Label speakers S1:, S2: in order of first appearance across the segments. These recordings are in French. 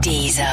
S1: Deezer.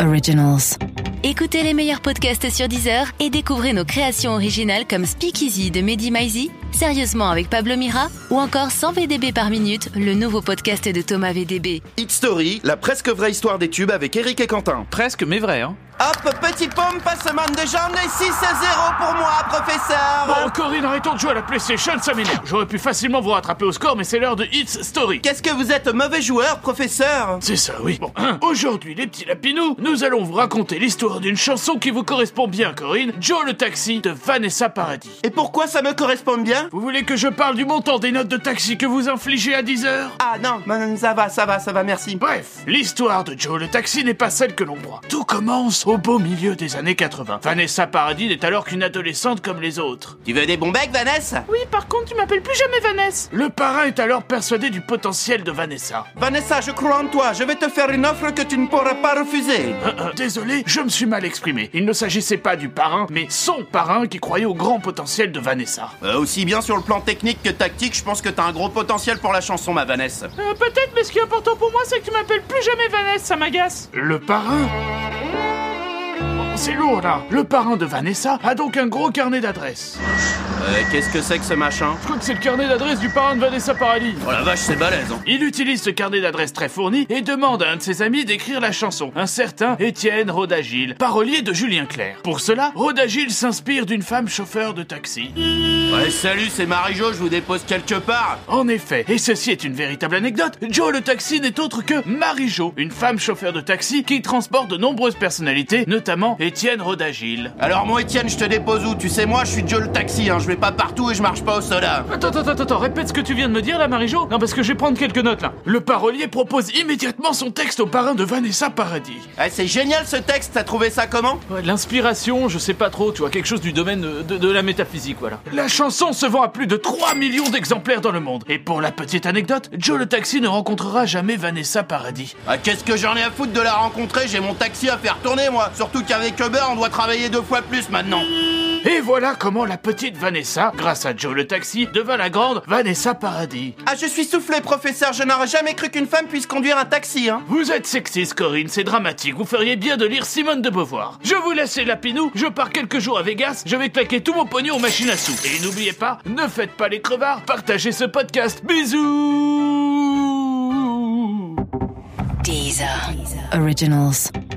S1: Originals. Écoutez les meilleurs podcasts sur Deezer et découvrez nos créations originales comme Speakeasy de Mehdi Maizi, Sérieusement avec Pablo Mira ou encore 100 VDB par minute, le nouveau podcast de Thomas VDB.
S2: Hit Story, la presque vraie histoire des tubes avec Eric et Quentin.
S3: Presque, mais vrai. Hein.
S4: Hop, petit pomme, passement de jambes, les 6 à 0 pour moi, professeur
S5: Oh, Corinne, arrêtons de jouer à la PlayStation, ça m'énerve. J'aurais pu facilement vous rattraper au score, mais c'est l'heure de Hits Story.
S4: Qu'est-ce que vous êtes mauvais joueur, professeur
S5: C'est ça, oui. Bon, hein, aujourd'hui, les petits lapinous, nous allons vous raconter l'histoire d'une chanson qui vous correspond bien, Corinne, Joe le taxi de Vanessa Paradis.
S4: Et pourquoi ça me correspond bien
S5: Vous voulez que je parle du montant des notes de taxi que vous infligez à 10 heures
S4: Ah non, non, ça va, ça va, ça va, merci.
S5: Bref, l'histoire de Joe le taxi n'est pas celle que l'on croit. Tout commence au beau milieu des années 80. Vanessa Paradis n'est alors qu'une adolescente comme les autres.
S4: Tu veux des bons becs, Vanessa
S6: Oui, par contre, tu m'appelles plus jamais Vanessa.
S5: Le parrain est alors persuadé du potentiel de Vanessa.
S4: Vanessa, je crois en toi, je vais te faire une offre que tu ne pourras pas refuser.
S5: Euh, euh, désolé, je me suis mal exprimé. Il ne s'agissait pas du parrain, mais son parrain qui croyait au grand potentiel de Vanessa.
S2: Euh, aussi bien sur le plan technique que tactique, je pense que t'as un gros potentiel pour la chanson, ma Vanessa.
S6: Euh, Peut-être, mais ce qui est important pour moi, c'est que tu m'appelles plus jamais Vanessa, ça m'agace.
S5: Le parrain Oh, C'est lourd là Le parrain de Vanessa a donc un gros carnet d'adresses.
S2: Euh, qu'est-ce que c'est que ce machin
S5: Je crois que c'est le carnet d'adresses du parrain de Vanessa Paradis.
S2: Oh la vache, c'est balèze, hein.
S5: Il utilise ce carnet d'adresses très fourni et demande à un de ses amis d'écrire la chanson, un certain Étienne Rodagile, parolier de Julien Clerc. Pour cela, Rodagile s'inspire d'une femme chauffeur de taxi.
S2: Ouais, salut, c'est Marie-Jo, je vous dépose quelque part.
S5: En effet, et ceci est une véritable anecdote, Joe le taxi n'est autre que Marie-Jo, une femme chauffeur de taxi qui transporte de nombreuses personnalités, notamment Étienne Rodagile.
S2: Alors, mon Étienne, je te dépose où Tu sais, moi, je suis Joe le taxi, hein, je vais pas partout et je marche pas au soda.
S5: Attends, attends, attends, attends, répète ce que tu viens de me dire là, Marie-Jo Non, parce que je vais prendre quelques notes là. Le parolier propose immédiatement son texte au parrain de Vanessa Paradis.
S2: Eh, c'est génial ce texte, t'as trouvé ça comment
S3: Ouais, L'inspiration, je sais pas trop, tu vois, quelque chose du domaine euh, de, de la métaphysique, voilà.
S5: La chanson se vend à plus de 3 millions d'exemplaires dans le monde. Et pour la petite anecdote, Joe le taxi ne rencontrera jamais Vanessa Paradis.
S2: Ah, qu'est-ce que j'en ai à foutre de la rencontrer J'ai mon taxi à faire tourner, moi. Surtout qu'avec Uber, on doit travailler deux fois plus maintenant.
S5: Et voilà comment la petite Vanessa, grâce à Joe le taxi, devint la grande Vanessa Paradis.
S4: Ah, je suis soufflé, professeur, je n'aurais jamais cru qu'une femme puisse conduire un taxi, hein.
S5: Vous êtes sexiste, Corinne, c'est dramatique. Vous feriez bien de lire Simone de Beauvoir. Je vous laisse les Lapinou, je pars quelques jours à Vegas, je vais claquer tout mon pognon aux machines à sous. Et n'oubliez pas, ne faites pas les crevards, partagez ce podcast. Bisous
S1: Deezer. Originals.